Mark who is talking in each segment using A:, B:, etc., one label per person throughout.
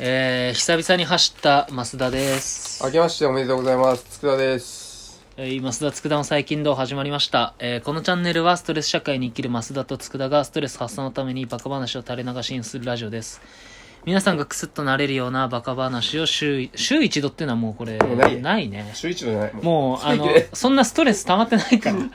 A: えー、久々に走った増田です。
B: 明けましておめでとうございます。つくだです。
A: えー、増田佃の最近どう始まりました、えー。このチャンネルはストレス社会に生きる増田と佃がストレス発散のためにバカ話を垂れ流しにするラジオです。皆さんがクスッとなれるようなバカ話を週、週一度っていうのはもうこれ、
B: もうない
A: ないね。
B: 週一度じゃない。も
A: もう、あの
B: 不定期で、
A: そんなストレス溜まってないから、
B: う。で、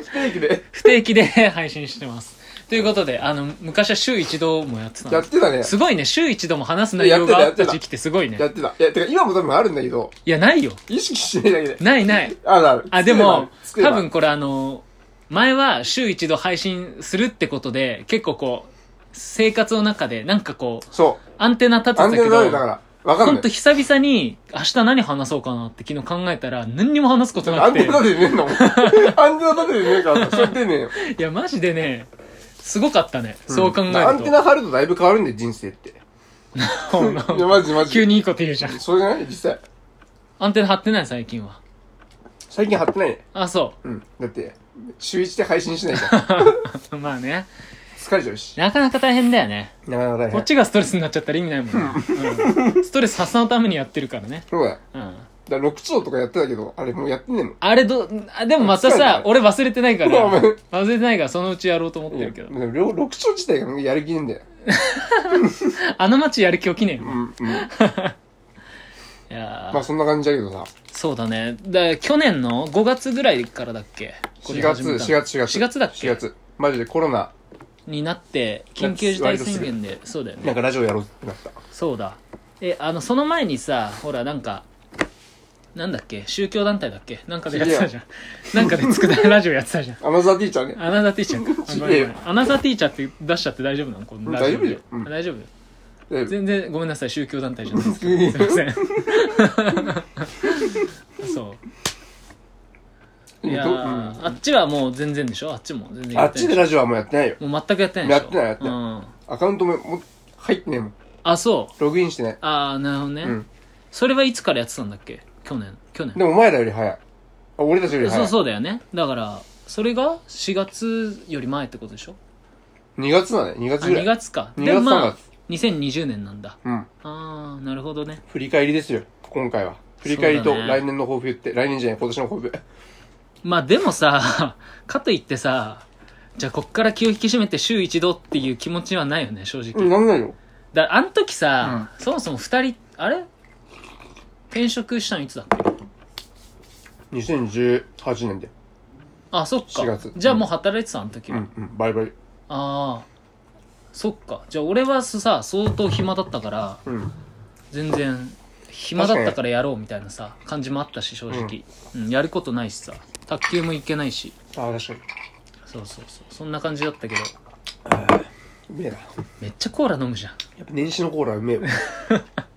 B: 不定期で。
A: 不定期で 配信してます。ということで、あの、昔は週一度もやってたん
B: や
A: で
B: っ
A: す。
B: てたね。
A: すごいね、週一度も話す内容があった時期ってすごいね
B: や。ってた。いや、てか今も多分あるんだけど、
A: いや、ないよ。
B: 意識してないだけで。
A: ないない。
B: あるある。
A: あ、でも、
B: つくだ
A: 多
B: がある
A: 分これあの、前は週一度配信するってことで、結構こう、生活の中で、なんかこう、
B: つくだがそう。
A: アンテナ立って
B: ア
A: た
B: ン
A: け
B: テナ
A: ど、
B: だから、わか
A: ほ
B: ん
A: ん
B: な
A: と
B: い。
A: 久々に、明日何話そうかなって昨日考えたら、何にも話すことな
B: ア
A: く
B: ンテ
A: て、
B: ナ立ててねえ んだもん。アンテナ立ててねえから、それでねえよ。
A: いや、マジでね、すごかったね。そう考え
B: アン
A: る
B: テ
A: と。
B: ナ張るとだいぶ変わるんだよ、人生って。いや、マジマジ。
A: 急。にいいこと言うじゃん。
B: そうじゃない実際。
A: アンテナ張ってない最近は。
B: 最近張ってないね。
A: あ、そ
B: うん。だって、週一で配信しないじゃん。
A: う。 まあね。
B: 疲れちゃ うし。
A: なかなか大変だよね。
B: なかなか大
A: こっ
B: 変。
A: ちがストレスになっちゃったら意味ないもんね。うんストレス発散のためにやってるからね。
B: そうだよ。
A: うん。
B: だから6兆とかやってたけど、あれもうやってねえの。
A: あれど、あでもまた
B: そうだ
A: さ
B: ね、
A: 俺忘れてないから、
B: ごめん
A: 忘れてないからそのうちやろうと思ってるけど。
B: でも両6兆自体がやる気ねえんだよ。
A: あの街やる気起きねえよ
B: う。ん、うん。
A: いやー
B: まあそんな感じだけどさ。
A: そうだね。だ去年の5月ぐらいからだっけ
B: 4月、4月、4月。
A: 4月だっけ
B: ?4 月。マジでコロナ、
A: になって、緊急事態宣言で、そうだよ
B: な
A: ね
B: ん。かラジオやろうってなった。
A: そうだ。え、あの、その前にさ、ほら、なんか、なんだっけ宗教団体だっけなんかでやってたじゃん。なんかで作ったラジオやってたじゃん。
B: アナザーティーチャーね。
A: アナザーティーチャーかあ。
B: ち
A: ご
B: げ
A: め
B: え
A: ん
B: よ
A: ごめんアナザーティーチャーって出しちゃって大丈夫なのこのラジオで
B: 大丈夫だようん
A: 大丈夫よ。
B: で
A: 全然ごめんなさい宗教団体じゃないですけどすいませ んそううんいや
B: どう
A: ー、あっちはもう全然でしょあっちも全然
B: うんあっちで
A: で
B: ラジオはもうやってないよ。
A: もう全くやってないでしょ
B: やってないやってない
A: うん、
B: アカウントももう入ってねえもん。
A: あそう
B: ログインしてない。
A: ああなるほどね、
B: うん。
A: それはいつからやってたんだっけ去年去年
B: でもお前らより早い。あ俺たちより早
A: そう
B: い。
A: そうだよねだからそれが4月より前ってことでしょ
B: 2月だね。2
A: あ
B: 月ぐら
A: 2
B: い。
A: 月か
B: 2
A: で
B: 月
A: まあ
B: 3月
A: 2020年なんだ
B: うん。
A: ああなるほどね
B: 振り返りですよ。今回は。振り返りと
A: そうだね
B: 来年の抱負言って、来年じゃない、今年の抱負。
A: まあでもさ、 かといってさ、じゃあこっから気を引き締めて週一度っていう気持ちはないよね、正直。
B: うん、なんないよ。
A: だあの時さ、そもそも二人、あれ転職したのいつだっけ
B: 2018年で。
A: あ、そっか。
B: 4月
A: じゃあもう働いてた、あの時
B: う
A: は。
B: ん、うん、バイバイ。
A: ああ、そっか。じゃあ俺はさ、相当暇だったから、
B: うん。
A: 全然、暇だったからやろうみたいなさ、感じもあったし、正直。うん、やることないしさ、卓球も行けないし。
B: ああ、確かに。
A: そうそうそう。そんな感じだったけど、
B: うめえな。
A: めっちゃコーラ飲むじゃん。
B: やっぱ年始のコーラはうめ えわ。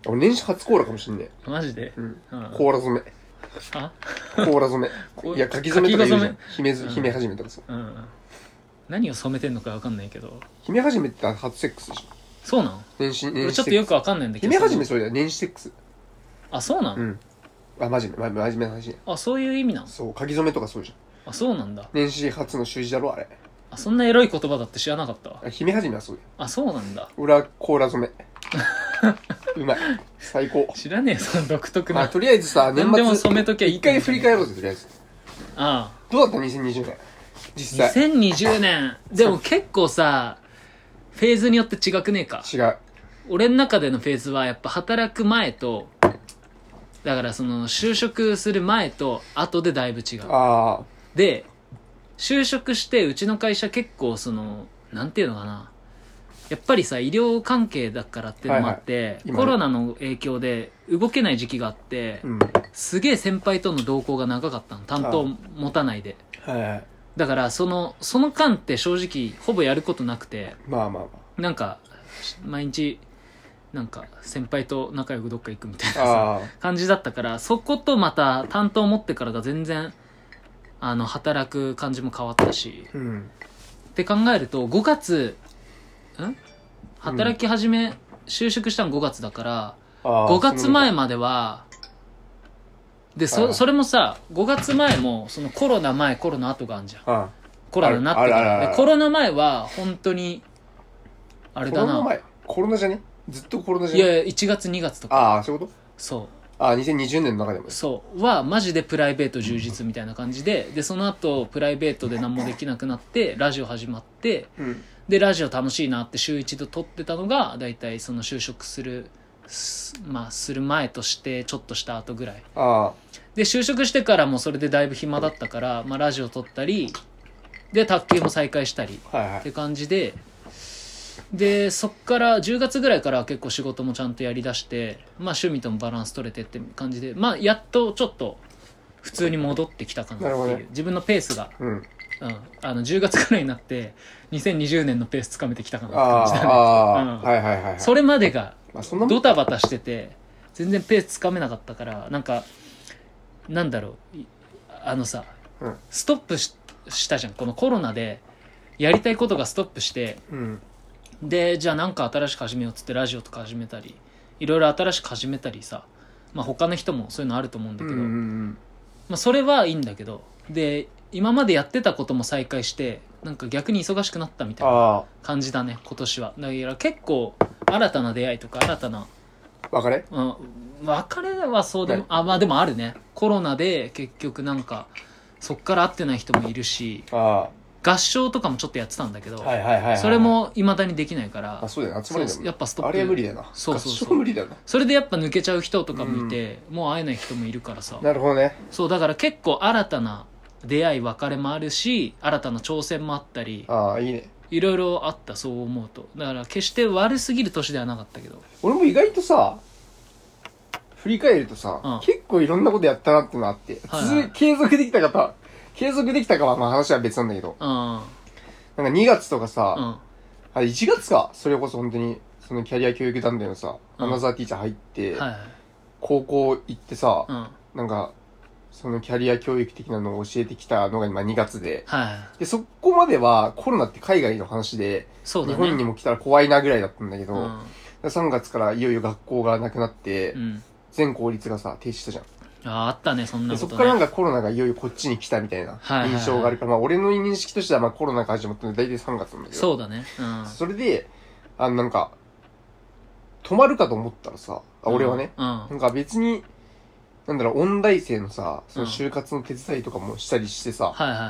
B: 俺年始初コーラかもしんね
A: マジで。
B: え。うん。
A: うん
B: コーラ染め。
A: あ
B: コーラ染
A: こ
B: め。
A: う
B: いや、書き染めとか言うじゃん
A: 書。
B: 姫ず、姫始めとかさ。
A: うん何を染めてんのかわかんないけど
B: 姫始めって初セックスでしょ。
A: そうなん
B: 年始、年
A: 俺
B: 始。
A: ちょっとよくわかんないんだけど
B: 姫始め
A: そ
B: そうだよ。年始セックス。
A: のあそうなん、
B: うん。あ、真面目。ま真面目な話ね。
A: あそういう意味なん
B: そう、書き染めとかそうじゃん。
A: あそうなんだ
B: 年始初の習字だろ、あれ。
A: あそんなエロい言葉だって知らなかったわ
B: あ姫始めはそうだよ。
A: あそうなんだ
B: 俺はコーラ 染め。うまい。最高。
A: 知らねえよその 独特
B: ま
A: な
B: あ、
A: あ
B: とりあえずさ、年
A: 何でも
B: 末
A: 染めときゃいい、
B: 一回振り返ろうぜ、とりあえず。
A: あ
B: どうだった ?2020 年。実際。
A: 2020年でも結構さフェーズによって違くねえか
B: 違う。
A: 俺の中でのフェーズはやっぱ働く前とだからその就職する前と後でだいぶ違う
B: ああ。
A: で就職してうちの会社結構そのなんていうのかなやっぱりさ医療関係だからっていうのもあって、
B: 今ね
A: コロナの影響で動けない時期があって、
B: うん。
A: すげえ先輩との同行が長かったの担当持たないで
B: はいはい。
A: だからそのその間って正直ほぼやることなくて
B: まあまあま
A: なんか毎日なんか先輩と仲良くどっか行くみたいな
B: あ。
A: さ
B: ああ。
A: 感じだったからそことまた担当持ってからが全然あの働く感じも変わったし
B: うん。
A: って考えると5月ん働き始め、就職したの5月だから
B: ああ
A: 5月前
B: も。
A: まではで
B: あ
A: そ
B: あ
A: それもさ5月前もそのコロナ前コロナ後があんじゃん
B: あ
A: コロナになってか
B: あるあるあるあ
A: ら
B: る
A: でコロナ前は本当にあ
B: あ
A: れ
B: コ
A: だ
B: ロナ
A: な
B: 前。コロナじゃねずっとコロナじ
A: い
B: ゃない
A: やいや1月2月とか
B: ああ、そういうこ
A: そ
B: とああ、2020年の中でも
A: う。そうはマジでプライベート充実みたいな感じででその後プライベートで何もできなくなってラジオ始まって
B: うん。
A: でラジオ楽しいなって週一度撮ってたのが大体その就職するすまあする前としてちょっとした後ぐらい
B: あ
A: で就職してからもそれでだいぶ暇だったから、まあ、ラジオ撮ったりで卓球も再開したり
B: あ、はいは
A: っ
B: い。
A: て感じででそっから10月ぐらいから結構仕事もちゃんとやりだして、まあ、趣味ともバランス取れてって感じで、まあ、やっとちょっと普通に戻ってきたかなって
B: ないる
A: う、
B: ほどね
A: 自分のペースが、
B: うん。
A: うん、あの10月ぐらいになって2020年のペースつかめてきたかな
B: あ
A: って感じだね
B: あ、
A: うん
B: ああ、はいはいはいはい。
A: それまでが
B: まあ、そんなもん
A: ドタバタしてて全然ペースつかめなかったからなんかなんだろういあのさ
B: うん。
A: ストップししたじゃんこのコロナでやりたいことがストップして
B: うん。
A: でじゃあなんか新しく始めようっつってラジオとか始めたりいろいろ新しく始めたりさまあ他の人もそういうのあると思うんだ
B: う
A: け
B: んう
A: ど、
B: んうん。
A: まあ、それはいいんだけどで今までやってたことも再開してなんか逆に忙しくなったみたいな
B: あ
A: 感じだね今年はだから結構新たな出会いとか新たな
B: あ、別れ
A: うん、別れはそうでも
B: ね
A: あまあでもあるねコロナで結局なんかそっから会ってない人もいるし
B: あ
A: 合唱とかもちょっとやってたんだけど、
B: あ、はいはいはいはい。
A: それ、も未だにできないから
B: あ、そうだよね。集まりだ
A: そ
B: も
A: うんやっぱストップ
B: あれは無理だな。
A: そうそうそう
B: 合唱無理だな。
A: それでやっぱ抜けちゃう人とかもいて、もう会えない人もいるからさ
B: なるほどね。
A: そうだから結構新たな出会い別れもあるし新たな挑戦もあったり
B: ああ、いいね。
A: いろいろあったそう思うとだから決して悪すぎる年ではなかったけど
B: 俺も意外とさ、振り返るとさ、
A: うん
B: 結構いろんなことやったなってのがあって、
A: はいはい
B: 続継続できた方、継続できたかは、まあ話は別なんだけど、
A: うん
B: なんか2月とかさ、
A: うん
B: あ1月か、それこそ本当に、そのキャリア教育団体のさ、
A: うん
B: アナザーティーチャー入って、
A: はいはい
B: 高校行ってさ、
A: うんはい
B: なんか、そのキャリア教育的なのを教えてきたのが今2月で、
A: はい
B: で、そこまではコロナって海外の話で、
A: そうだ
B: 日
A: ね
B: 本にも来たら怖いなぐらいだったんだけど、
A: うん
B: 3月からいよいよ学校がなくなって、
A: うん
B: 全公立がさ、停止したじゃん。
A: あああったねそんな
B: で
A: ことね
B: そこからなんかコロナがいよいよこっちに来たみたいな
A: はいはいはい
B: 印象があるから、まあ俺の認識としてはまあコロナが始まったの大体3月なんだけど。
A: そうだねうん
B: それで、あのなんか、止まるかと思ったらさ、あ俺はね、
A: うん
B: なんか別に、なんだろう、音大生のさ、その
A: うん
B: 就活の手伝いとかもしたりしてさ、
A: はいはいは
B: っ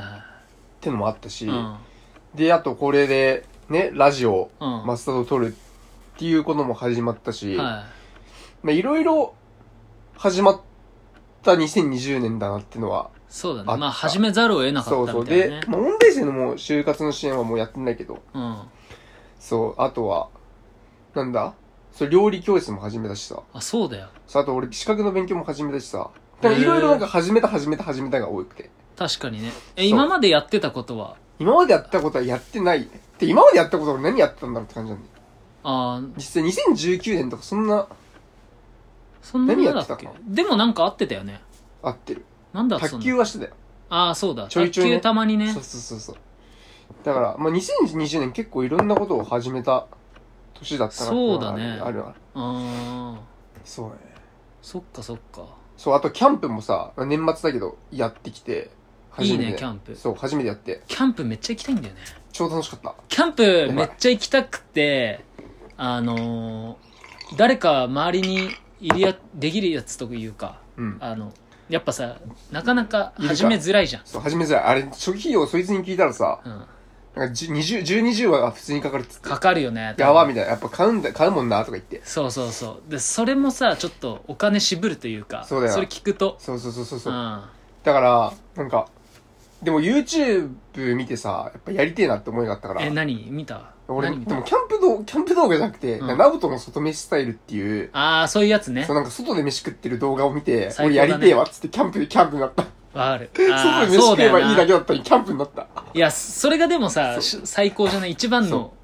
B: てのもあったし、
A: いうん
B: で、あとこれで、ね、ラジオ、
A: うん
B: マスタードを撮るっていうことも始まった
A: は
B: し、
A: い
B: まあいろいろ始まった2020年だなってのは
A: そうだ
B: あっ
A: ね。
B: た
A: まあ、始めざるを得なか
B: そ
A: っ
B: う
A: た
B: そう。
A: みたいな
B: で
A: ね、。
B: まあ、音大生のもう就活の支援はもうやってないけど、
A: うん。
B: そう、あとは、なんだそう、料理教室も始めたしさ。
A: あ、そうだよ。
B: そうあと俺、資格の勉強も始めたしさ。
A: へ
B: だか
A: ー
B: らいろいろなんか始めた始めた始めたが多くて。
A: 確かにね。え、
B: そう
A: 今までやってたことは、
B: 今までやったことはやってないね。で、今までやったことは俺何やってたんだろうって感じなんだよ。
A: あー
B: 実際2019年とかそんな、
A: そんなにだっ
B: 何
A: け
B: やって
A: でもなんかあってたよね。
B: 合ってる。
A: なんだそ
B: 卓
A: の
B: 球はしてたよ。
A: ああ、そうだ。
B: ちょいちょいね
A: 卓球たまにね
B: そう。そうそうそう。だから、まあ、2020年結構いろんなことを始めた年だったなっていの
A: そ
B: がある
A: うだね
B: あるある。
A: ああ、
B: そうね。
A: そっかそっか。
B: そう、あとキャンプもさ、年末だけど、やってきて、
A: い
B: 初
A: い
B: めて
A: ね、キャンプ。
B: そう、初めてやって、
A: キャンプめっちゃ行きたいんだよね。
B: 超楽しかった。
A: キャンプめっちゃ行きたくて、あのー誰か周りにいるや、できるやつというか、
B: うん。
A: あの、やっぱさ、なかなか始めづらいじゃん。
B: そう、初めてだあれ、初期費用そいつに聞いたらさ、
A: うん。
B: なんかじゅ20、10、20は普通にかかるっつって。
A: かかるよね。
B: やばみたいな。やっぱ買うんだ、買うもんな、とか言って。
A: そうそうそうでそれもさちょっとお金渋るというか
B: そうだよ
A: れ聞くと
B: そうそうそうそう
A: う
B: そう。
A: ん
B: だから、なんか、でも YouTube 見てさ、やっぱやりてえなって思いがあったから
A: え。何見た
B: 俺、で
A: 何見た
B: もキャンプ動画、キャンプ動画じゃなくて、
A: うん
B: ナブトの外飯スタイルっていう、
A: ああそういうやつね
B: そうなんか外で飯食ってる動画を見て、
A: 最
B: 俺
A: 高
B: や
A: だね
B: りてえわっつってキャンプでキャンプになった。
A: わ かるあ
B: 外
A: ー
B: で飯
A: そう
B: 食
A: だ
B: えば
A: よ
B: いいだ
A: な
B: けだったのにキャンプになった。
A: いやそれがでもさ
B: そ
A: し最高じゃない一番
B: そ
A: の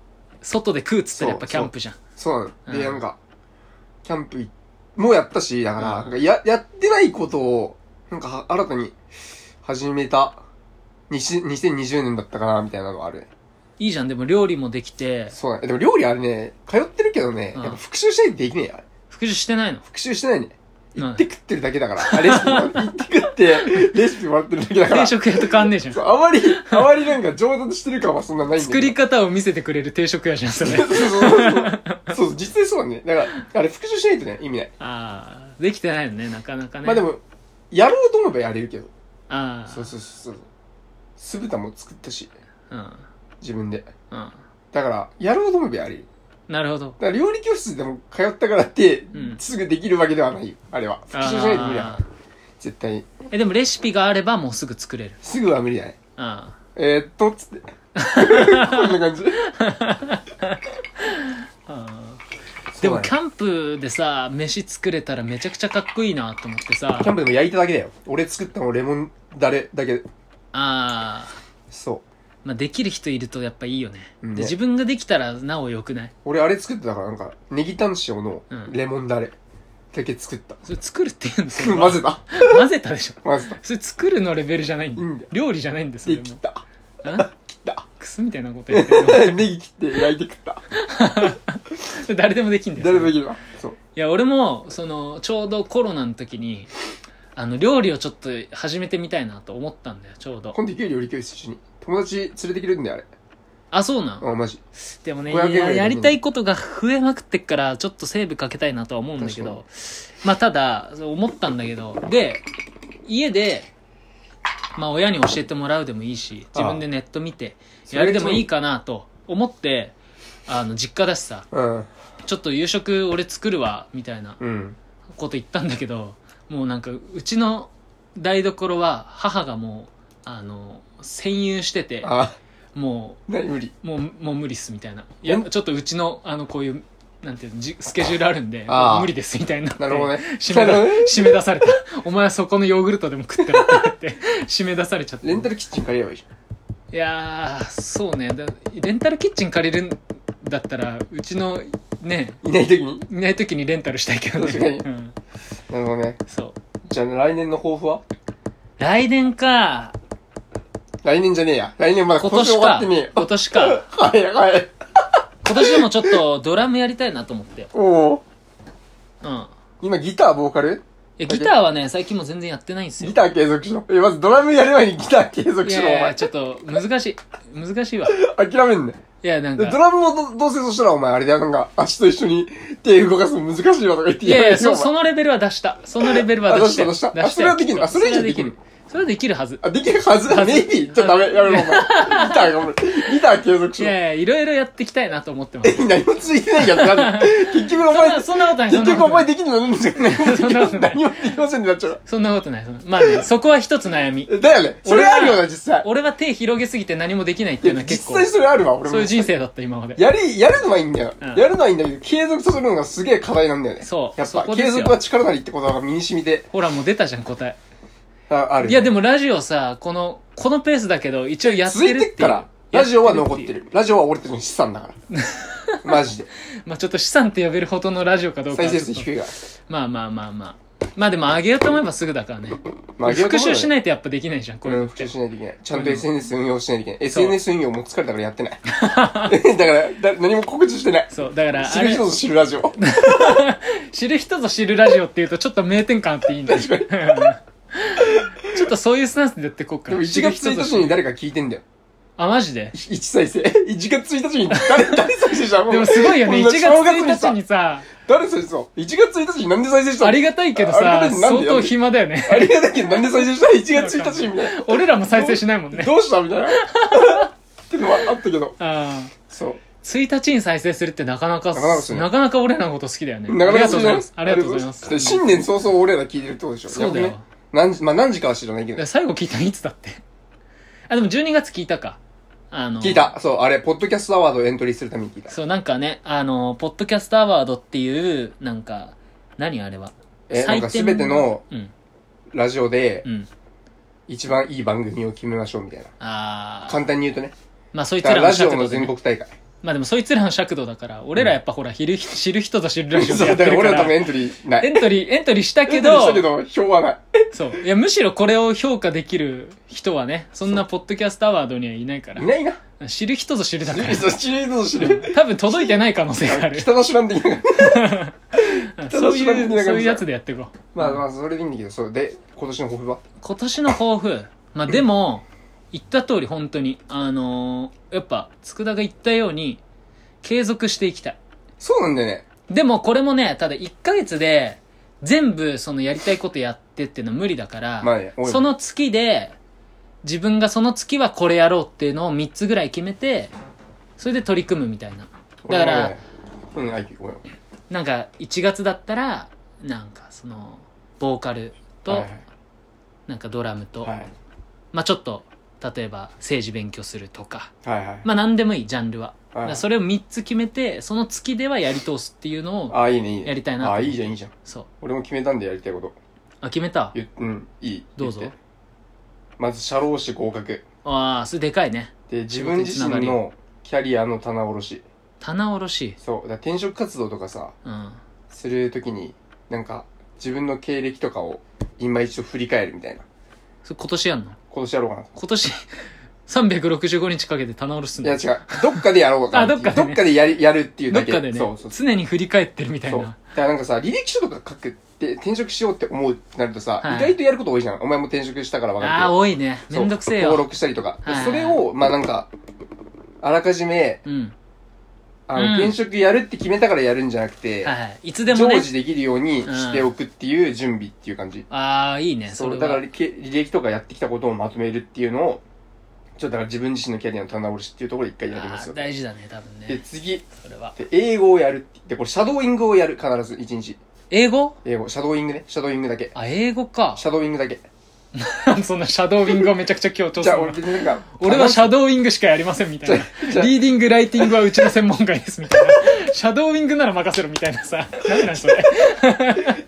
A: 外で食うっつったらやっぱキャンプじゃん
B: そうなの。で、
A: うん
B: なんか、キャンプもやったし、だから、
A: うん
B: なんかや、やってないことを、なんかは新たに始めた、にし2020年だったかな、みたいなのはあるね。
A: いいじゃんでも料理もできて
B: そうなの。でも料理あれね、通ってるけどね、
A: うん
B: やっぱ復習しないとできねえよ。あれ
A: 復習してないの
B: 復習してないね。
A: うん
B: 行って食ってるだけだから。あレシ ピもらって、行って食って、レシピもらってるだけだか
A: 定
B: ら。
A: 食屋と変わんねえじゃん
B: そうあまり、あまりなんか上達してる感はそんなないんだけど
A: 作り方を見せてくれる定食屋じゃんそれ
B: そうそうそう。そう、実際そうなんだね。だから、あれ復習しないとね、意味ない。
A: ああできてないのねなかなかね
B: まあでも、やろうと思えばやれるけど。
A: ああ
B: そうそうそうそう。酢豚も作ったし、
A: うん
B: 自分で。
A: うん
B: だから、やろうと思えばやれる。
A: なるほど
B: だから料理教室でも通ったからって
A: うん、
B: すぐできるわけではないよ。あれは。復習しないと無理だ
A: あ。
B: 絶対。
A: ーえでもレシピがあればもうすぐ作れる
B: すぐは無理だね。
A: あ
B: えー、っと、つ って。こんな感じ。
A: ーあー
B: そ
A: で
B: う
A: も
B: だね
A: キャンプでさ飯作れたらめちゃくちゃかっこいいなと思ってさ
B: キャンプでも焼いただけだよ。俺作ったのレモンだれだけ。
A: ああ
B: そう。
A: まあできる人いるとやっぱいいよね
B: うん
A: で自分ができたらなお良くない
B: 俺あれ作ってたからなんか、ネギタン塩のレモンだれだけ作った。
A: それ作るって言うんです よ
B: 混ぜた
A: 混ぜたでしょ
B: 混ぜた。
A: それ作るのレベルじゃないんだ
B: いいんだよ
A: 料理じゃないんです
B: で、切った。
A: あ
B: 切った。
A: クソみたいなこと言ってる
B: ネギ切って焼いて食った。
A: それ誰でもできんだよ
B: 誰もできるわ。そう。
A: いや俺もそのちょうどコロナの時にあの料理をちょっと始めてみたいなと思ったんだよちょうど
B: 今度行けるよ、料理教室一緒に。友達連れてきるんだよ、あれ。
A: あそうなん
B: あ、マジ。
A: でもね
B: 500円ぐら
A: や
B: い
A: やりたいことが増えまくってっからちょっとセーブかけたいなとは思うんだけ
B: 確
A: どまあただそう思ったんだけどで家でまあ親に教えてもらうでもいいし自分でネット見て
B: それ
A: やるでもいいかなと思ってあの実家だしさ
B: うん。
A: ちょっと夕食俺作るわみたいな
B: うん。
A: こと言ったんだけどもうなんかうちの台所は母がもうあの占有してて
B: あ、
A: も
B: なに無理。
A: うもうもう無理っすみたいないや
B: ん
A: ちょっとうちのあのこういうなんていうのじスケジュールあるんで
B: あー
A: もう無理ですみたいになって
B: なるほどね。
A: 締め
B: なるほどね
A: だ締め出されたお前はそこのヨーグルトでも食ってろって言って締め出されちゃって
B: レンタルキッチン借りればいいじ
A: いやーそうねだレンタルキッチン借りるんだったらうちのね
B: ゃん。いないときに。
A: いない時にレンタルしたいけどね
B: 確かに
A: うん、
B: なるほどね。
A: そう
B: じゃあ来年の抱負は
A: 来年か
B: 来年じゃねえや。来年まだ
A: 今
B: 今年
A: 年
B: 終わ
A: か
B: ってねえよ。
A: 今年か
B: はい、はい。
A: 今年でもちょっとドラムやりたいなと思って
B: おお。
A: うん
B: 今ギター、ボーカル
A: えギターはね最近も全然やってないんですよ
B: ギター継続しろ。え、まずドラムやる前にギター継続
A: い
B: し
A: や
B: ろ、
A: い
B: お
A: やいや
B: 前。
A: ちょっと難しい難しいわ
B: 諦めんね。
A: いやなん
B: で
A: か
B: ドラムもどどうせそしたらお前あれだよ、なんか足と一緒に手動かすの難しいわとか言って
A: いやいやそ
B: お前
A: そのレベルは出したそのレベルは出した
B: あ出した
A: 出
B: 出したあそれはできる
A: よ
B: あそれ以上できる
A: それはできるはず
B: あ、できるはずだ。ネイビーじゃダメ。やめろ、お前。ギターが無理ギター継続
A: い
B: しろ。
A: やいやいろいろやっていきたいなと思ってます
B: 何もついてないやつな んで結局お
A: そんな
B: 前、
A: そんなことないそ
B: 結
A: んな
B: 局
A: こと
B: お
A: な
B: 前
A: い
B: できるの何もできない。
A: そんなことない
B: 何もできませんってなっちゃう。
A: そんなことないそんなまあねそこは一つ悩み
B: だよね。それあるよな、実際。
A: 俺は手広げすぎて何もできないっていうのは結
B: 実
A: 構
B: 際それあるわ、俺も
A: そういう。人生だった今まで
B: やり、やるのはいいんだよ。
A: うん
B: やるのはいいんだけど、継続させるのがすげえ課題なんだよね。
A: そう
B: やっ
A: そ
B: ぱ、
A: こですよ
B: 継続は力なりってことが身に染みて、
A: ほらもう出たじゃん答え
B: あある。
A: いやでもラジオさ、この、このペースだけど、一応やってる
B: 続
A: ってい。
B: いうてっから、ラジオは残ってる。ラジオは俺たちの資産 だから。マジで。
A: まあちょっと資産って呼べるほどのラジオかどうかは
B: 再
A: ちょ
B: 生
A: っと。
B: 数低いから。
A: まあまあまあまあ。まあでも上げようと思えばすぐだからね。
B: まあ上げよう
A: 復
B: と思えばね
A: 習しないとやっぱできないじゃん、こ
B: こ
A: れ。
B: れ復習しないといけない。ちゃんと
A: うん
B: SNS 運用しないといけない。
A: そう
B: SNS 運用も疲れたからやっ てない。だから、だ何も告知してない。
A: そう、だから、
B: 知
A: あ
B: る
A: れ
B: 人、ぞ知るラジオ。
A: 知る人ぞ知るラジオっていうとちょっと名店感あっていいん だよ。ちょっとそういうスタンスでやっていこうか
B: でも1月1日 に。誰か聞いてんだよ。
A: あ、マジで
B: 1再生。1月1日に誰、 誰再生したの
A: でもすごいよね、1
B: こんな
A: 月
B: 正月に
A: 1
B: さ
A: 日にさ、
B: 誰再生したの ?1 月1日になんで再生したの
A: ありがたいけど
B: あ
A: さ、
B: りがたいなん
A: 相
B: で
A: 当暇だよね。
B: ありがたいけどなんで再生したの ?1 月1日にみたいな。
A: 俺らも再生しないもんね。
B: どうしたみたいな。ってのはあったけど。
A: ああ。
B: そう。
A: 1日に再生するってなかなか、
B: なかなかですね
A: なかなか俺らのこと好きだよね。
B: なか
A: あ
B: なか
A: りがとうございます。ありがとうございま。
B: です新年早々俺ら聞いてるってことでしょ
A: そうだよ
B: やっぱね何時、まあ何時かは知らないけど。
A: 最後聞いたのいつだって。 あ、でも12月聞いたか。あの、
B: 聞い。た。そう、あれ、ポッドキャストアワードエントリーするために聞いた。
A: そう、なんかね、あの、ポッドキャストアワードっていう、なんか、何あれは。
B: え、なんか
A: 採点
B: 全ての
A: うん、
B: ラジオで
A: う、ん。
B: 一番いい番組を決めましょうみたいな。
A: あー。
B: 簡単に言うとね。
A: まあ、そい
B: だ
A: つ
B: からら
A: の
B: ラジオ
A: 尺
B: の
A: 度で
B: 全
A: ね、
B: 国大会。
A: まあでも、そいつらの尺度だから、俺らやっぱほら、 知る人知る人ぞ知るラジオで
B: そ
A: や
B: う、
A: っ
B: だ
A: て
B: から
A: るか
B: 俺ら多
A: ら
B: 分。エントリーない。
A: エントリー、エントリーしたけ
B: エン
A: ど
B: ト、リーしたけど、票はない。
A: そう。いや、むしろこれを評価できる人はね、そんなポッドキャストアワードにはいないから
B: い。 ないな。
A: 知る人ぞ知るだから。
B: そう知る人ぞ知る。
A: 多分届いてない可能性がある。
B: 北の知らんでいいな。
A: そうい
B: 楽しま
A: う、
B: せてなかった
A: そういうやつでやっていこう。
B: まあまあ、それでいいんだけど、そう。で、今年の抱負は
A: 今年の抱負。まあでも、言った通り本当に、あのーやっぱ、佃が言ったように、継続していきたい。
B: そうなんだよね。
A: でもこれもね、ただ1ヶ月で、全部そのやりたいことやってっていうのは無理だから、
B: まあね、
A: そ、の月で、自分がその月はこれやろうっていうのを3つぐらい決めて、それで取り組むみたいな。だから
B: 俺もね、うん、あいき、ごめん。
A: なんか、1月だったら、なんかその、ボーカル
B: は
A: と
B: い、
A: なんかドラムと、
B: はい。
A: まあちょっと、例えば政治勉強するとか、
B: はいはい。
A: まあ何でもいい、ジャンルは。だ
B: はい
A: からそれを3つ決めて、その月ではやり通すっていうのを、
B: あ、いいね、いいね。
A: やりたいなと
B: あ、いいじゃん、いいじゃん。
A: そう。
B: 俺も決めたんでやりたいこと。
A: あ、決めた。
B: 言っうん、いい。
A: どうぞ
B: 言って。まず、社労士合格。
A: ああ、それでかいね。
B: で、自分自身のキャリアの棚卸し。
A: 棚卸し。
B: そう。だから転職活動とかさ、
A: うん。
B: するときに、なんか、自分の経歴とかを、今一度振り返るみたいな。
A: それ今年やんの
B: 今年やろうかなと。
A: 今年、365日かけて棚卸す
B: い
A: ん
B: や
A: だ。
B: 違う。どっかでやろうかなていう
A: あどっかでね
B: どっかでやりやるっていう
A: ど
B: だ
A: っ
B: け。
A: かでね
B: そうそうそう。
A: 常に振り返ってるみたい
B: そうだ
A: な。
B: からなんかさ、履歴書とか書くって、転職しようって思うってなるとさ、
A: はい
B: 意外とやること多いじゃん。お前も転職したから分かるけど
A: ああ、多いね。めんどくせえ
B: そう登
A: よ。
B: 録したりとか。で
A: はい
B: それを、まあなんか、あらかじめ、
A: うん。
B: あ
A: うん
B: の、転職やるって決めたからやるんじゃなくて、
A: はいはい。いつでも
B: 常
A: ね。
B: 時できるようにしておくっていう準備っていう感じ。
A: ああ、いいね。そ
B: そ
A: れ
B: う、だから
A: は。
B: 履履歴とかやってきたことをまとめるっていうのを、ちょっとだから自分自身のキャリアの棚卸しっていうところで一回やりま
A: あ
B: す
A: ー
B: よ。
A: 大事だね、多分
B: で、
A: ね。
B: 次、
A: それは。
B: で英語をやるって。で、これ、シャドーイングをやる、必ず、一日。
A: 英語
B: 英語、シャドーイングね、シャドーイングだけ。
A: あ、英語 か。
B: シャドーイングだけ。
A: そんなシャドーウィングをめちゃくちゃ強調
B: じ
A: す
B: ゃあ、
A: る
B: 俺
A: な。
B: 別になんか、
A: 俺はシャ
B: ド
A: ドーウィングしかやりませんみたいな
B: じゃ。あ
A: リーディング、ライティングはうちの専門外ですみたい な。シャドーウィングなら任せろみたいなさ。何なんそれ。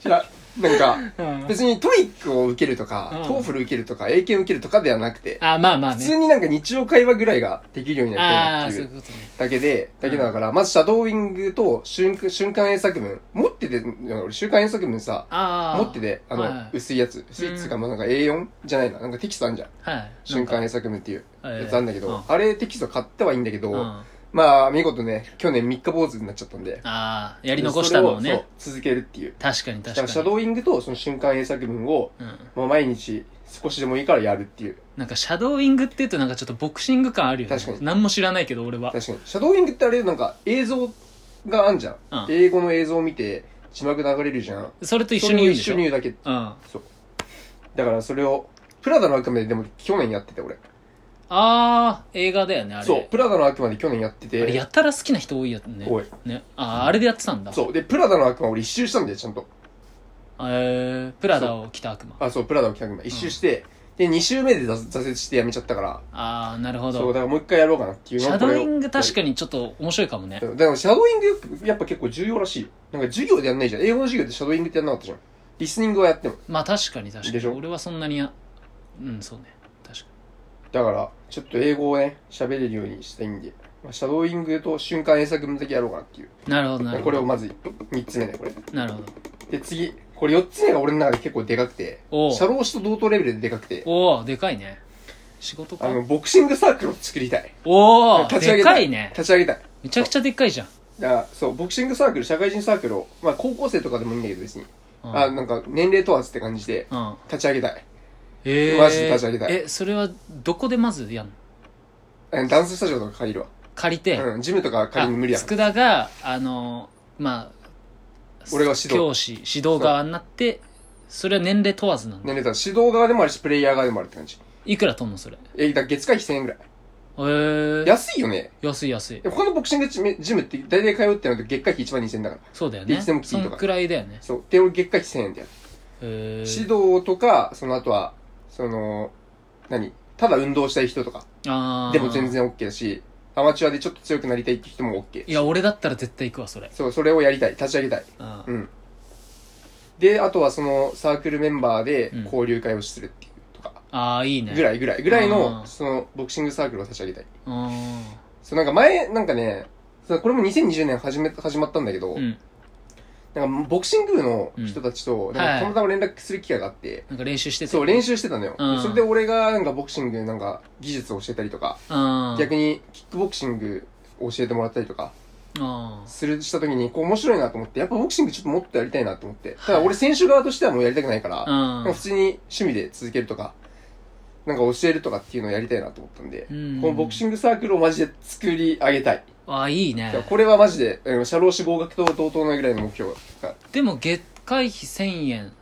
B: じゃあなんか、
A: うん
B: 別にトイックを受けると
A: う
B: か
A: ん、
B: トーフル受けるとか、英検受けるとかではなくて、
A: あ、まあまあ
B: 普通
A: ね。
B: になんか日常会話ぐらいができるように
A: あ
B: なっ
A: あ、
B: て
A: そう
B: る
A: いう
B: って
A: こ
B: いう
A: とね。
B: だけで、だけだから、まずシャドーイングと瞬間瞬間英作文、持ってて、俺瞬間英作文さ、
A: ああ。
B: 持ってて、あ
A: は
B: の、
A: い。
B: 薄いやつ、薄いっつうか、まあなんか A4 じゃないな、なんかテキストあんじゃん。
A: はい
B: 瞬間英作文っていう
A: はい
B: やつあんだけ
A: う
B: ど
A: ん、
B: あれテキスト買ってはいいんだけ
A: うん
B: ど、
A: あ
B: まあ見事ね、去年三日坊主になっちゃったんで、
A: あ、やり残したのを
B: それを
A: ね。
B: そう続けるっていう。
A: 確かに確
B: だか
A: からに。
B: シャドーイングとその瞬間英作文を、
A: うん。
B: まあ毎日少しでもいいからやるっていう。
A: なんかシャドーイングって言うとなんかちょっとボクシング感あるよね。
B: 確かに
A: 何も知らないけど俺は。
B: 確かに。シャドーイングってあれ、なんか映像があんじゃん。
A: うん
B: 英語の映像を見て、字幕流れるじゃん。
A: それと一緒に言うんでし
B: それを一緒
A: ょ
B: に言うだけ。
A: うん。あ
B: そう。だからそれを、プラダの悪魔ででも去年やってて俺。
A: あ、映画だよね、あれ。
B: そう、プラダの悪魔で去年やって
A: あれ
B: て、
A: やたら好きな人多いよね。
B: おい。
A: ね。ああ、あれでやってたんだ。
B: そう、で、プラダの悪魔俺一周したんだよ、ちゃんと。
A: えー、プラダを着た悪魔。
B: あ、そう、プラダの悪魔一周して、で、二周目で挫挫折してやめちゃったから、
A: ああ、なるほ
B: そう、だ
A: ど。
B: からもう一回やろうかなっていう
A: シ
B: の
A: ャ
B: を
A: ドーイング確
B: に。
A: かにちょっと面白いかもね。
B: だからシャドーイングよくやっぱ結構重要らしいよ。なんか授業でやんないじゃん。英語の授業でシャドーイングってやんなかったじゃん。リスニングはやっても。
A: まあ確かに確か
B: で
A: に。
B: しょ
A: 俺はそんなにや、うん、そうね。確かに。
B: だから、ちょっと英語をね、喋れるようにしたいんで、まあ、シャドーイングと瞬間英作文だけやろうかなっていう。
A: なるほど、なる
B: こ
A: ほ
B: れ
A: ど。
B: をまず3つ目ね、これ。
A: なるほど。
B: で、次。これ4つ目が俺の中で結構でかくて、
A: おう
B: 社労士と同等レベルででかくて、
A: おおでかいね。仕事か
B: あ。の、ボクシングサークルを作りたい。
A: おお
B: 立ち上
A: で
B: げた
A: か
B: い。
A: いね。
B: 立ち上げたい。
A: めちゃくちゃでっかいじゃん。
B: だから、そう、ボクシングサークル、社会人サークルを、まあ、高校生とかでもいいんだけど、別に。
A: うん
B: あ、なんか、年齢問わずって感じで、
A: うん。
B: 立ち上げたい。
A: ええ
B: マジで立ち上げたい
A: え、それはどこでまずやんの
B: えダンススタジオとか借りるわ。
A: 借りて。
B: うん、ジムとか
A: あ
B: 借りに無理やから。
A: 佃が、あの、まあ、
B: 俺が指導
A: 教師、指導側になって、それは年齢問わずなんだ。
B: 年齢問わず指導側でもあるし、プレイヤー側でもあるって感じ。
A: いくら取んのそれ。
B: え、だから月会費1000円ぐらい。
A: えー、
B: 安いよね。
A: 安い安い
B: で。他のボクシングジムジムって大体通うってなると月会費1万2000円だから。
A: そうだよ
B: い
A: ね。
B: つでも来て
A: そ
B: いいと
A: ん
B: か
A: くらいだよね。
B: そう。で、俺月会費1000円だよ。
A: え
B: 指
A: ー、
B: 導とか、その後は、その、何ただ運動したい人とか、
A: あー
B: でも全。然 OK だし、アマチュアでちょっと強くなりたいって人も OK。
A: いや、俺だったら絶対行くわ、それ。
B: そう、それをやりたい。立ち上げたい。
A: うん
B: うん。で、あとはそのサークルメンバーで
A: うん
B: 交流会をするっていうとか、
A: ああ、いいね。
B: ぐらいぐらい、ぐらい
A: あー
B: の、その、ボクシングサークルを立ち上げたい。
A: うん。
B: そう、なんか前、なんかね、そうこれも2020年始め、始まったんだけど、
A: うん。
B: なんかボクシング部の人たちと、
A: ん
B: なん
A: はい
B: かたまたま連絡する機会があって、
A: なんか練習してて。
B: そう、練習してたのよ。
A: うん
B: それで俺がなんかボクシングなんか技術を教えたりとか、
A: うん。
B: 逆にキックボクシングを教えてもらったりとか、
A: ああ。
B: する、した時に、こう面白いなと思って、やっぱボクシングちょっともっとやりたいなと思って。ただ俺選手側としてはもうやりたくないから、
A: うん
B: なんか普通に趣味で続けるとか、なんか教えるとかっていうのをやりたいなと思ったんで、
A: うん
B: このボクシングサークルをマジで作り上げたい。
A: ああ、いいね。
B: これはマジで、うん社労士合格と同等なぐらいの目標が。
A: でも月会費1000円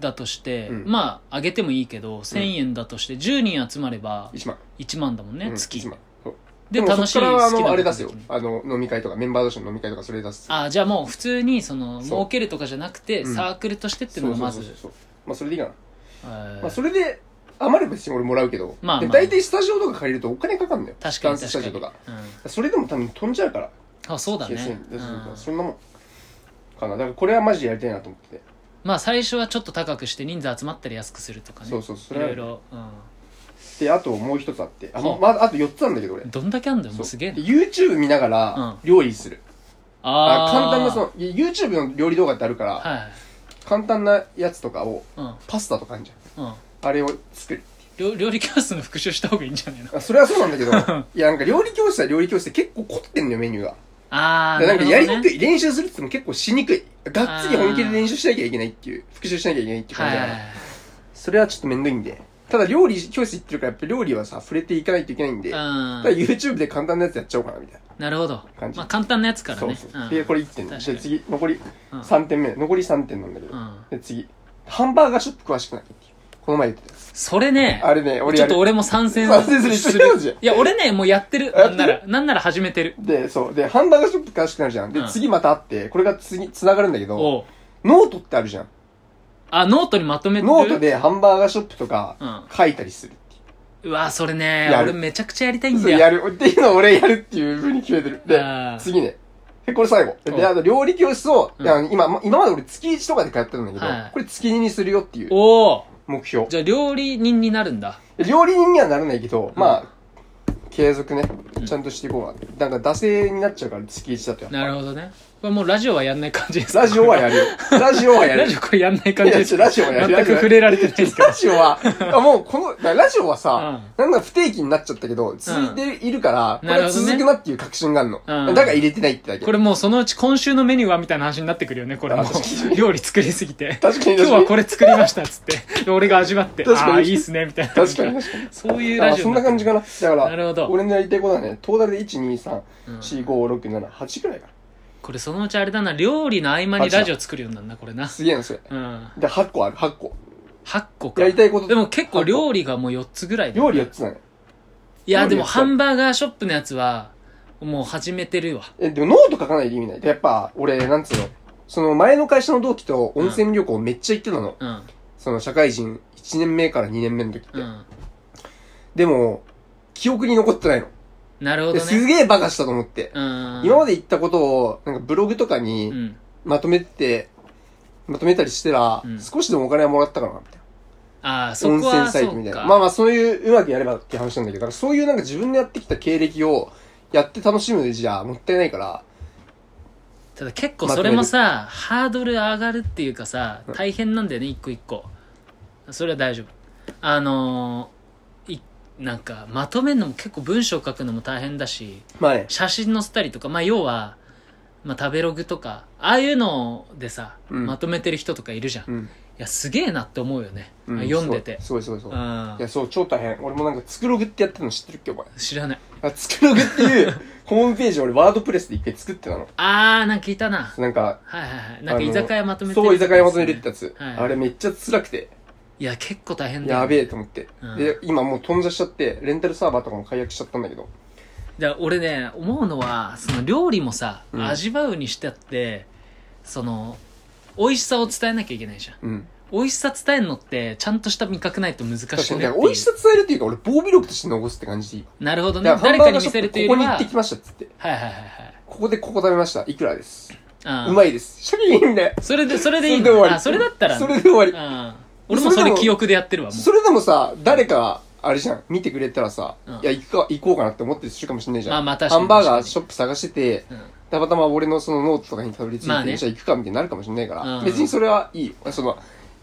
A: だとして、
B: うん
A: まあ上げてもいいけど1000円だとして10人集まれば
B: 1万。
A: 1万だもんね、
B: うん
A: 月
B: 1万。そう
A: で
B: も
A: 楽しい
B: そっからあ
A: 好きなこ
B: の、
A: と
B: あれ出すよ
A: できる。
B: あの、飲み会とか、メンバー同士の飲み会とかそれ出す。
A: あじゃあもう普通にその
B: そう
A: 儲けるとかじゃなくて、
B: うん
A: サークルとしてっていうのがまず
B: そうそうそうそう。まあそれでいいかな。
A: えー
B: まあそれで、余れば別に俺もらうけど、
A: まあ
B: で
A: まあ
B: 大体スタジオとか借りるとお金かかるんだよ。
A: 確かに
B: ダンススタ
A: 確
B: ジ
A: か
B: オ
A: に、
B: と
A: う
B: か。
A: ん、
B: それでも多分飛んじゃうから。
A: あそうだね、
B: 9000
A: う
B: 円
A: ん
B: そんなもん。かな。だからこれはマジでやりたいなと思ってて。
A: まあ最初はちょっと高くして人数集まったり安くするとかね
B: そうそう、そ
A: いろ
B: れ
A: い
B: は。
A: ろ、
B: で、あともう一つあって。あ、
A: ほ
B: ま
A: う
B: まだあと4つなんだけど俺
A: うん、。どんだけあんだよも
B: そうう
A: すげえな
B: で YouTube 見ながら
A: う
B: 料理する。
A: あ
B: あ
A: ー
B: 簡単なその、い YouTube の料理動画ってあるから、
A: はい
B: 簡単なやつとかを、
A: うん
B: パスタとかあるじゃん。
A: うん
B: あれを作る。
A: 料料理教室の復習した方がいいんじゃないの
B: あそれはそうなん だけど、いやなんか料理教室は料理教室で結構凝ってんのよ、メニューが。
A: ああ
B: だからなんかやりにく
A: い
B: い、練習するって言っても結構しにくい。がっつり本気で練習しなきゃいけないっていう、復習しなきゃいけないっていう感
A: は
B: じ
A: い
B: だ
A: はいは
B: から。
A: い
B: それはちょっとめんどいんで。ただ料理教室行ってるから、やっぱ料理はさ、触れていかないといけないんで、ただ
A: うん
B: YouTube で簡単なやつやっちゃおうかな、みたい
A: なるほど
B: 感。じ
A: まあ簡単なやつから
B: な。そう
A: ね。
B: そう。
A: ん
B: で、これ1点。
A: 確
B: じ
A: か
B: ゃあ
A: に
B: 次、残り
A: うん
B: 3点目。残り3点なんだけ
A: う。
B: ど
A: ん。
B: で、次。ハンバーガーショップ詳しくないっていう。この前言ってたやつ。
A: それね、
B: あれね、俺
A: ちょ
B: や
A: っ
B: る
A: と。俺も参戦
B: 参戦する一緒にやろうぜ
A: いや、俺ね、もうやってる。
B: や
A: なん
B: ってる
A: なら、なんなら始めてる。
B: で、そう。で、ハンバーガーショップ詳しくなるじゃん。で
A: うん、
B: 次またあって、これが次、繋がるんだけど、
A: おう
B: ノートってあるじゃん。
A: あ、ノートにまとめてる。
B: ノート。でハンバーガーショップとか書いたりするっていう
A: わ、それね、
B: やる
A: 俺めちゃくちゃやりたい
B: うんそう
A: だ
B: や
A: よ。
B: る。っていうのを俺やるっていう風に決めてる。で
A: あー、
B: 次ね。で、これ最後。
A: うん
B: で、あの、料理教室を、
A: う
B: い
A: ん
B: や今、今まで俺月1とかで通ってたんだけど
A: はい、
B: これ月2にするよっていう
A: おお
B: 目標。
A: じゃあ料理人になるんだ。
B: 料理人にはならないけど、まあ、継続ね、ちゃんとしていこうな。なんか、惰性になっちゃうから、月1だとやっぱ。
A: なるほどね。これもうラジオはやんない感じですか
B: ラジオはや るよ。ラジオはやる
A: ラ。ジオこれやんない感じです
B: いやラジオはやる
A: 全く触れられてないですか
B: ラジオは、あもうこの、だからラジオはさ、なんか不定期になっちゃったけど、続いているから、
A: うん
B: こ
A: なる
B: れ
A: ほどね
B: 続くなっていう確信があるの。
A: うん
B: だから入れてないってだけ。
A: これもうそのうち今週のメニューはみたいな話になってくるよね、これも
B: あ確か
A: う。料理作りすぎて。
B: 確かに
A: 今日はこ
B: れ。
A: れ作りましたっつって。で俺が味わって、
B: 確かに
A: ああ、いいっすね、みたいな。
B: 確かに確かに。
A: そういうラ
B: あ
A: ジオ
B: そん
A: になっ
B: な
A: て
B: 感じかな。だから、
A: なるほど
B: 俺のやりたいことはね、トータルで1、2、3、
A: うん
B: 4、5、6、7、8くらいかな。
A: これそのうちあれだな、料理の合間にラジオ作るようになるな、これな。
B: すげえな、それ。
A: うん。
B: で、8個ある、8個。
A: 8個か。
B: やりたいこと。
A: でも結構料理がもう4つぐらいだよ
B: 料理やってたね。
A: いや、
B: 料
A: で
B: 理
A: も
B: やってた
A: ハンバーガーショップのやつは、もう始めてるわ。
B: え、でもノート書かないで意味ない。やっぱ、俺、なんつうの、その前の会社の同期と温泉旅行めっちゃ行ってたの。
A: うん。
B: その社会人1年目から2年目の時って。
A: うん。
B: でも、記憶に残ってないの。
A: なるほ
B: で
A: ど
B: す
A: ね。
B: げえバカしたと思って。
A: うん。
B: 今ま
A: で、
B: で言ったことを、なんかブログとか
A: う
B: に
A: ん。
B: まとめて、まとめたりしてら、
A: うん
B: 少しでもお金はもらったかな、みたいな。
A: ああ、そ
B: 温
A: こは、
B: 泉サイ
A: そ
B: トみ
A: う
B: たい
A: か。
B: な。まあまあ、そういう、うまくやればって話なんだけど、だからそういうなんか自分のやってきた経歴を、やって楽しむじゃもったいないから、
A: ただ結構それもさ、ハードル上がるっていうかさ、大変なんだよね、一個一個。それは大丈夫。あのー、い、なんか、まとめるのも結構文章書くのも大変だし、
B: まあね、
A: 写真載せたりとか、まあ要は、まあ食べログとか、ああいうのでさ、
B: うん
A: まとめてる人とかいるじゃん。
B: う
A: い
B: ん。
A: や、すげえなって思うよね。
B: うん
A: あ読んでて。
B: そうすごいすごいすごい。
A: うん
B: いや、そう、超大変。俺もなんか、つくログってやってるの知ってるっけ、お前。
A: 知らない。
B: あつくログっていう、 ホームページを俺、ワードプレスで一回作ってたの。
A: あー、なんか聞いたな。
B: なんか、
A: はいはいはい。なんか居酒屋まとめてる
B: そう、居酒屋まとめるってやつ。
A: はい
B: あれめっちゃ辛くて、
A: いや、結構大変だよ、ね。
B: やべえと思って。
A: うん
B: で、今もう頓挫しちゃって、レンタルサーバーとかも解約しちゃったんだけど。
A: だから俺ね思うのはその料理もさ、
B: うん
A: 味わうにしてあってその美味しさを伝えなきゃいけないじゃん
B: うん。
A: 美味しさ伝えるのってちゃんとした味覚ないと難し
B: 確か
A: く
B: に、
A: ね
B: だ
A: っ
B: か
A: てい
B: ら
A: う
B: 美味しさ伝えるっていうか、俺、防備力として残すって感じでいい。
A: なるほどね
B: だか
A: 誰
B: らハ
A: か
B: ンバー
A: に見
B: ガーショップ
A: せるというよりは
B: ここに行ってきましたっつって。
A: はいはいはい
B: ここでここ食べました。いくらです。
A: はいう
B: うんまいです。シャキーンで。
A: それでそれ
B: そ
A: でいい
B: れ
A: ん
B: で終わ
A: だ
B: り。
A: あそれだったら
B: それで終わり。
A: うん俺もそ
B: それで
A: れ
B: も
A: 記憶でやってるわもう
B: それでもさ、誰か、あれじゃん、見てくれたらさ、
A: うん
B: いや、行くか、行こうかなって思ってる人かもしれないじゃん。
A: まあまあ確かに
B: ハンバーガーショップ探してて、
A: うん
B: たまたま俺のそのノートとかにたどり着いて、
A: まあね
B: じゃあ行くかみたいになるかもしれないから、
A: うん
B: 別にそれはいいよ。その、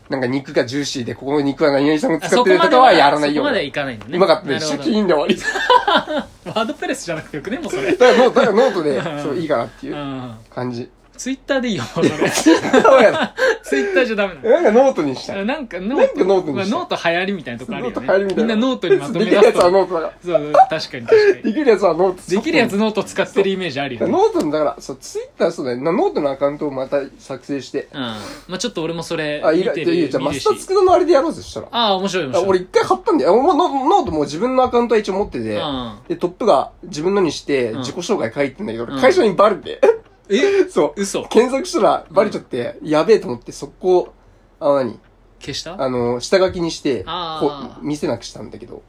B: なんか肉がジューシーで、ここの肉は何々さんが使
A: そ
B: っ
A: こ
B: てる
A: ま
B: と
A: で
B: かはやらない
A: そこ
B: よ。
A: までは
B: う
A: いかないんだね。
B: まかったで
A: な
B: す。
A: るほ
B: シャ
A: ど
B: キーンで終わり。だ
A: ワードプレスじゃなくてよくね、もうそれ。
B: からノー ト、だからノートで、
A: うん。
B: そう、いいかなっていううん感じ。
A: ツイッターでいいよ、もうそれ。
B: そうやな
A: ツイッターじゃダメな の。
B: なんかノートにしたい。
A: なんかノ
B: なん
A: ー
B: か
A: ト、
B: ノートに
A: まあ
B: した
A: ノート流行りみたいなとこある
B: ノー
A: よ
B: ト入る
A: ね
B: み。た
A: み
B: い
A: ん
B: な。
A: なノートにまとめ
B: でき
A: 出
B: るや
A: す
B: つは
A: と。
B: ノートだか
A: そうそう、確かに確
B: ら。
A: かに。
B: できるやつはノート。
A: できるやつノート使ってるイメージある
B: だ
A: よ
B: から
A: ね。
B: ノートの、だから、そう、ツイッターそうだね。なノートのアカウントをまた作成して。
A: うん。まあちょっと俺もそれ
B: あ、い
A: 見
B: いら、
A: て
B: いやいや
A: る
B: じゃあ、
A: 見
B: マ
A: る
B: ス
A: し
B: ターつくだのあれでやろうぜ、そしたら。
A: ああ、面白い面
B: あ
A: 白い。
B: 俺一回貼ったんだよ。あもうノノートもう自分のアカウントは一応持ってて。
A: うん。
B: で、トップが自分のにして、
A: うん
B: 自己紹介書いてんだけど、
A: うん
B: 俺会社にバレて。
A: え
B: そう。
A: 嘘
B: 検索したらバレちゃって、やべえと思って、速攻、あの何
A: 消した
B: あの、下書きにして、
A: あー
B: こう、見せなくしたんだけど。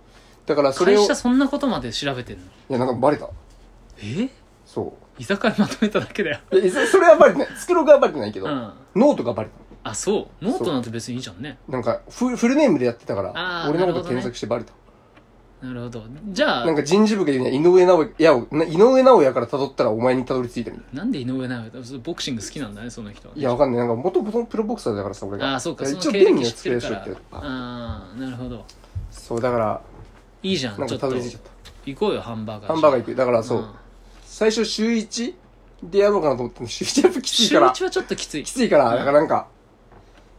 B: だからそれ
A: 会
B: を、い
A: 社そんなことまで調べてんの
B: や、なんかバレた。
A: え
B: そ
A: 居酒屋まとめただけだよ。
B: う。いや、そそれはバレてない。つくろがバレてないけど、
A: うん。
B: ノートがバレた。
A: あ、そう。ノートなんて別にいいじゃんね。
B: なんかフ、フルネームでやってたか
A: あ
B: ら、
A: ー
B: 俺
A: な
B: のこ
A: るほ
B: と
A: どね
B: 検索してバレた。
A: なるほど。じゃあ
B: なん、か人事部が言うには、井上直也を、な井上直也から辿ったらお前に辿り着いてるみたい
A: なんで井上尚弥だボクシング好きなんだね、その人はね。
B: いや、わかんない。なんか、元々プロボクサーだからさ、俺が。
A: ああ、そうか、
B: い
A: そ
B: や
A: の
B: 一応、
A: 経
B: ペンに
A: 歴
B: は
A: 知って
B: つけら
A: る
B: し
A: か
B: と
A: ら
B: くけど。。あ
A: ああ、なるほど。
B: そう、だから、
A: いいじゃ
B: なん
A: ん、ち
B: か
A: ょっと
B: 辿。り着いちゃった。
A: 行こうよ、ハンバーガー。
B: ハンバーガー行く。だから、そう。
A: ん
B: 最初、週1でやろうかなと思っても、 週1やっぱきつい
A: 週
B: から。
A: 一はちょっときつい
B: き。ついから、
A: うん
B: だからなんか、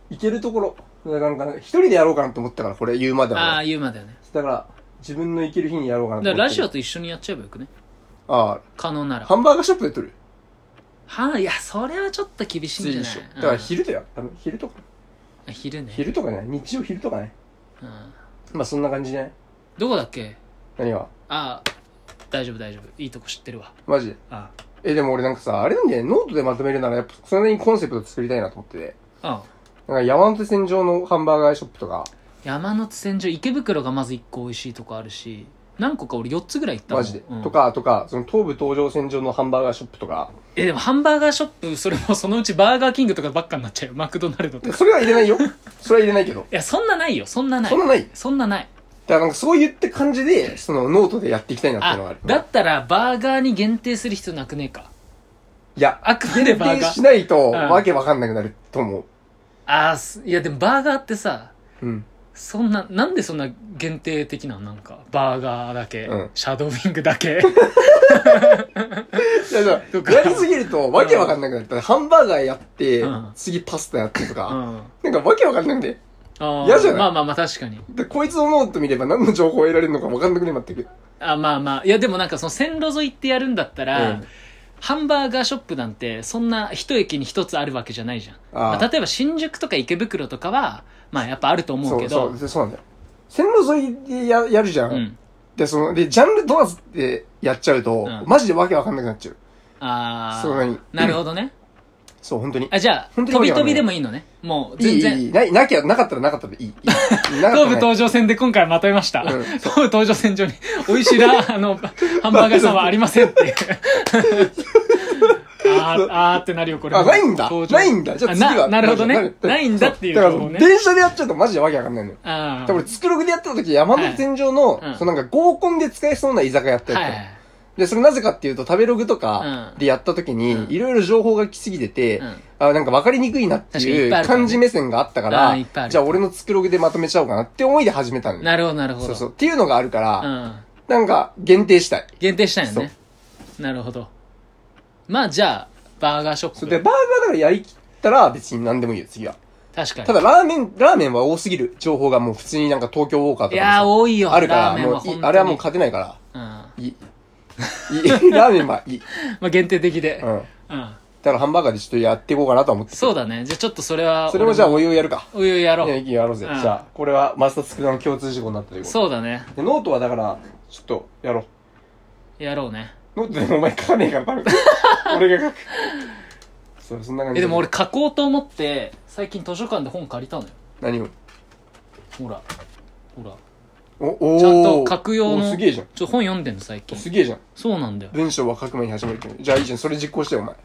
B: 行けるところ。だからなんか、一人でやろうかなと思ったから、これ言うまで
A: あ
B: は
A: あ、。言うまでよね。
B: だから、自分の行ける日にやろうかな
A: だ
B: と
A: か
B: 思って。
A: らラジオと一緒にやっちゃえばよくね。
B: あ
A: 可能な
B: あ、
A: ら。
B: ハンバーガーショップで撮る。
A: はあ、いや、それはちょっと厳し
B: き
A: い
B: つ
A: ん
B: い
A: じゃ
B: で
A: ない
B: しょ。だから
A: 昼。
B: 昼だよ。多分昼とか。
A: あ昼ね。
B: 昼とかね。日曜昼とかね。
A: うん
B: まあ、そんな感じじゃない
A: どこだっけ
B: 何が
A: ああ、大丈夫大丈夫。いいとこ知ってるわ。
B: マジで。
A: あ
B: え、でも俺なんかさ、あれなんだよね、ノートでまとめるなら、やっぱそれなりにコンセプト作りたいなと思ってて。
A: あ。ああ。
B: なんか山手線上のハンバーガーショップとか、
A: 山手線上、池袋がまず1個美味しいとこあるし、何個か俺4つぐらい行ったもん
B: マジで。
A: うん
B: とか、とか、その東武東上線上のハンバーガーショップとか、
A: え、でもハンバーガーショップ、それもそのうちバーガーキングとかばっかになっちゃうよ。マクドナルドとか。
B: それは入れないよ。それは入れないけど。
A: いや、そんなないよ。そんなない。
B: そんなない。だ
A: そんなない。
B: からなんかそう言って感じで、そのノートでやっていきたいなっていうのがあ
A: あ
B: る、。
A: だったらバーガーに限定する必要なくねえか。
B: いや、
A: あくまで
B: 限
A: バー
B: 定
A: ガ
B: し
A: ー。
B: ないと、
A: うん
B: わけわかんなくなると思う。
A: あーすいやでもバーガーってさ、
B: うん。
A: そんな、なんでそんな限定的なのなんか、バーガーだけ、
B: うん
A: シャドウィングだ け。
B: いや、だ
A: と
B: か
A: から
B: やりすぎると、わけわかんなくなる。だからハンバーガーやって
A: うん、
B: 次パスタやってと
A: う
B: か、
A: ん。
B: なんかわけわかんなくて。
A: あー
B: 嫌じゃない
A: まあまあまあ確かに。
B: で、こいつのノート見れば何の情報を得られるのか分かんなくね、全く。
A: あまあまあ。いやでもなんかその線路沿いってやるんだったら、
B: うん
A: ハンバーガーショップなんてそんな一駅に一つあるわけじゃないじゃん。
B: あー
A: まあ例えば新宿とか池袋とかは、まあやっぱあると思うけど、
B: そう、そう、そうなんだよ。線路沿いでややるじゃん,、
A: うん。
B: で、その、で、ジャンル問わずってやっちゃうと、
A: うん
B: マジでわけわかんなくなっちゃう。
A: あ
B: そう何
A: あ、なるほどね。
B: そう、本当に。
A: あ、じゃあ、
B: 本当
A: 飛
B: にわけ
A: び
B: わ
A: 飛
B: かんな
A: び
B: い
A: でもいいのね。もう
B: い
A: 全
B: い、
A: 然。
B: いい、ない、なきゃ、なかったらなかったで いい。いいなか
A: 東
B: った
A: 武
B: らない
A: 東上線で今回まとめました。
B: うん
A: 東武東上線上に美味しい な、あの、ハンバーガー屋さんはありませんっていう。あーあーってなるよ、これ。
B: あ、ないんだ
A: 東上
B: ないんだじゃあ
A: あ
B: 次は。
A: ななるほど
B: マジ
A: ね。
B: で
A: ないんだっていう
B: だから、
A: 情報ね。
B: 電車でやっちゃうとマジでわけわかんないのよ。
A: あ
B: で、俺、つくろぐでやってた時、山手線上の、
A: はいうん
B: そのなんか合コンで使えそうな居酒屋やった
A: あ。
B: やつ、
A: はい。
B: で、それなぜかっていうと、食べログとか
A: うん
B: でやった時に、
A: うん
B: いろいろ情報が来すぎてて、
A: うん
B: あ、なんか分かりにくいなって
A: 確かにい
B: い
A: っぱいあ
B: う
A: るからね
B: 漢字目線があったか
A: あー
B: ら、
A: いっぱいある
B: じゃあ俺のつくログでまとめちゃおうかなって思いで始めたんだよ。
A: なるほど、なるほど。
B: そうそう。っていうのがあるから、
A: うん。
B: なんか限定したい。
A: 限定したんやね。なるほど。まあ、じゃあ、バーガーショッ
B: そ
A: プ。
B: れで、バーガーだからやりきったら別に何でもいいよ、次は。
A: 確かに。
B: ただ、ラーメン、ラーメンは多すぎる情報がもう普通になんか東京ウォーカーと
A: い
B: かで
A: やー、
B: さ
A: 多いよ。
B: あるから、
A: ラーメン
B: も
A: は
B: うい
A: 本当
B: い
A: に。
B: あれはもう勝てないから、
A: うん。ま
B: いい。い い。ラーメンはいい。
A: あ、限定的で
B: う。ん。
A: うん。
B: だからハンバーガーでちょっとやっていこうかなと思って。
A: そうだね。じゃあ、ちょっとそれは。
B: それもじゃあお湯をやるか。
A: お湯やろ
B: いや、
A: う。
B: いいやろうぜ。
A: うん
B: じゃあ、これはマスターつくだの共通事項になったということで
A: そうだね。
B: で、ノートはだから、ちょっと、やろう。
A: やろうね。
B: ノートでもお前書かねえから多分。俺が書く。そう、そんな感じ。
A: え、でも俺、書こうと思って、最近図書館で本借りたのよ。
B: 何を
A: ほら。ほら。
B: お、おー
A: ちゃんと書く用
B: お
A: の。
B: すげえじゃん。
A: ちょ、本読んでんの、最近。
B: すげえじゃん。
A: そうなんだよ。
B: 文章は書く前に始めるってじゃあいいじゃん。それ実行してよ、お前。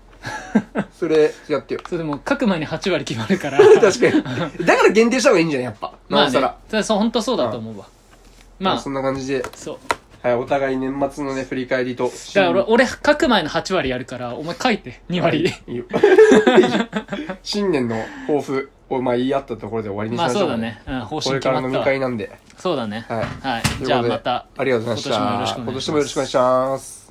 B: それ、やってよ。
A: それでも、書く前に8割決まる から。
B: 確かに。だから限定した方がいいんじゃん、やっぱ。
A: まあ
B: なお
A: ね
B: さら。。
A: ただそう、本当そうだと思うわ。ま
B: そ
A: あ、
B: んな感じで。
A: そう。
B: はい、お互い年末のね、振り返りと。
A: だから俺、俺書く前の8割やるから、お前書いて、2割。
B: いいよ。 新年の抱負をまあ言い合ったところで終わりにし
A: ま
B: ま
A: あ
B: しょ
A: そう
B: う
A: だ
B: か
A: ね。うん、方
B: こ
A: 針
B: れ
A: 決
B: か
A: ま
B: ら
A: っ
B: 飲
A: た
B: み
A: わ
B: 会。なんで。
A: そうだね。
B: はい。
A: はい。
B: ということで
A: じゃあまた。
B: ありがとうございました。
A: 今
B: 今
A: 年も
B: 年
A: よ
B: もよ
A: ろ
B: ろ
A: し
B: し
A: くお
B: くお
A: 願
B: 願
A: い
B: い
A: します
B: します。